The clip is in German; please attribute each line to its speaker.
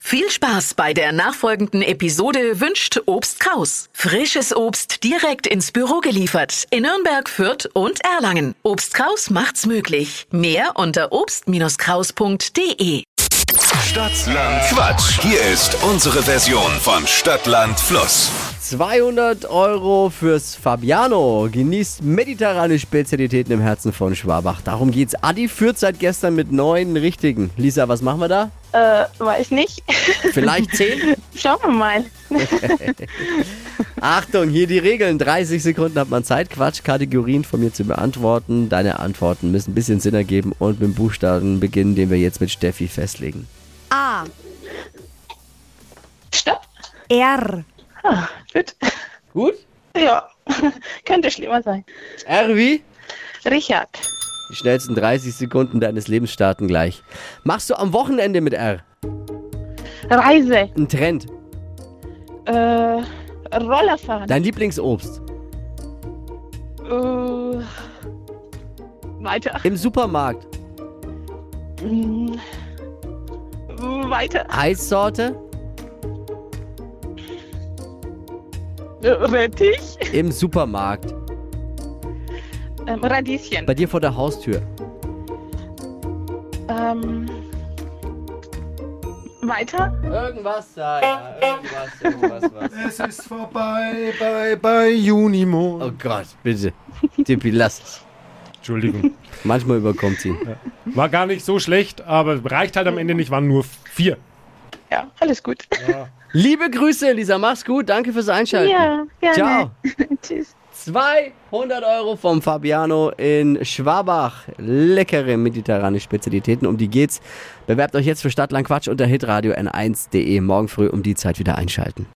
Speaker 1: Viel Spaß bei der nachfolgenden Episode wünscht Obst Kraus. Frisches Obst direkt ins Büro geliefert in Nürnberg, Fürth und Erlangen. Obst Kraus macht's möglich. Mehr unter obst-kraus.de.
Speaker 2: Stadtland Quatsch. Hier ist unsere Version von Stadtland Fluss.
Speaker 3: 200 Euro fürs Fabiano. Genießt mediterrane Spezialitäten im Herzen von Schwabach. Darum geht's. Adi führt seit gestern mit neun richtigen. Lisa, was machen wir da?
Speaker 4: Äh, weiß nicht.
Speaker 3: Vielleicht zehn?
Speaker 4: Schauen wir mal.
Speaker 3: Achtung, hier die Regeln. 30 Sekunden hat man Zeit, Quatschkategorien von mir zu beantworten. Deine Antworten müssen ein bisschen Sinn ergeben und mit dem Buchstaben beginnen, den wir jetzt mit Steffi festlegen.
Speaker 5: A. E
Speaker 4: Stopp.
Speaker 5: R.
Speaker 4: Ah, gut.
Speaker 3: Gut?
Speaker 4: Ja, könnte schlimmer sein.
Speaker 3: R wie?
Speaker 4: Richard.
Speaker 3: Die schnellsten 30 Sekunden deines Lebens starten gleich. Machst du am Wochenende mit R?
Speaker 4: Reise.
Speaker 3: Ein Trend.
Speaker 4: Äh, Roller fahren.
Speaker 3: Dein Lieblingsobst.
Speaker 4: Äh, weiter.
Speaker 3: Im Supermarkt.
Speaker 4: Mm, Äh, Weiter.
Speaker 3: Eissorte.
Speaker 4: Äh, Rettich.
Speaker 3: Im Supermarkt.
Speaker 4: Ähm, Radieschen.
Speaker 3: Bei dir vor der Haustür.
Speaker 4: Ähm, weiter.
Speaker 3: Irgendwas da, ja. Irgendwas, irgendwas, was.
Speaker 6: Es ist vorbei bei, bei Junimo.
Speaker 3: Oh Gott, bitte. Tippi, lass es.
Speaker 7: Entschuldigung.
Speaker 3: Manchmal überkommt sie.
Speaker 7: War gar nicht so schlecht, aber reicht halt am Ende nicht, waren nur vier.
Speaker 4: Ja, alles gut.
Speaker 3: Liebe Grüße, Lisa. Mach's gut. Danke fürs Einschalten.
Speaker 4: Ja,
Speaker 3: Ciao.
Speaker 4: gerne. Tschüss.
Speaker 3: 200 Euro vom Fabiano in Schwabach. Leckere mediterrane Spezialitäten. Um die geht's. Bewerbt euch jetzt für Stadtland Quatsch unter hitradio n1.de. Morgen früh um die Zeit wieder einschalten.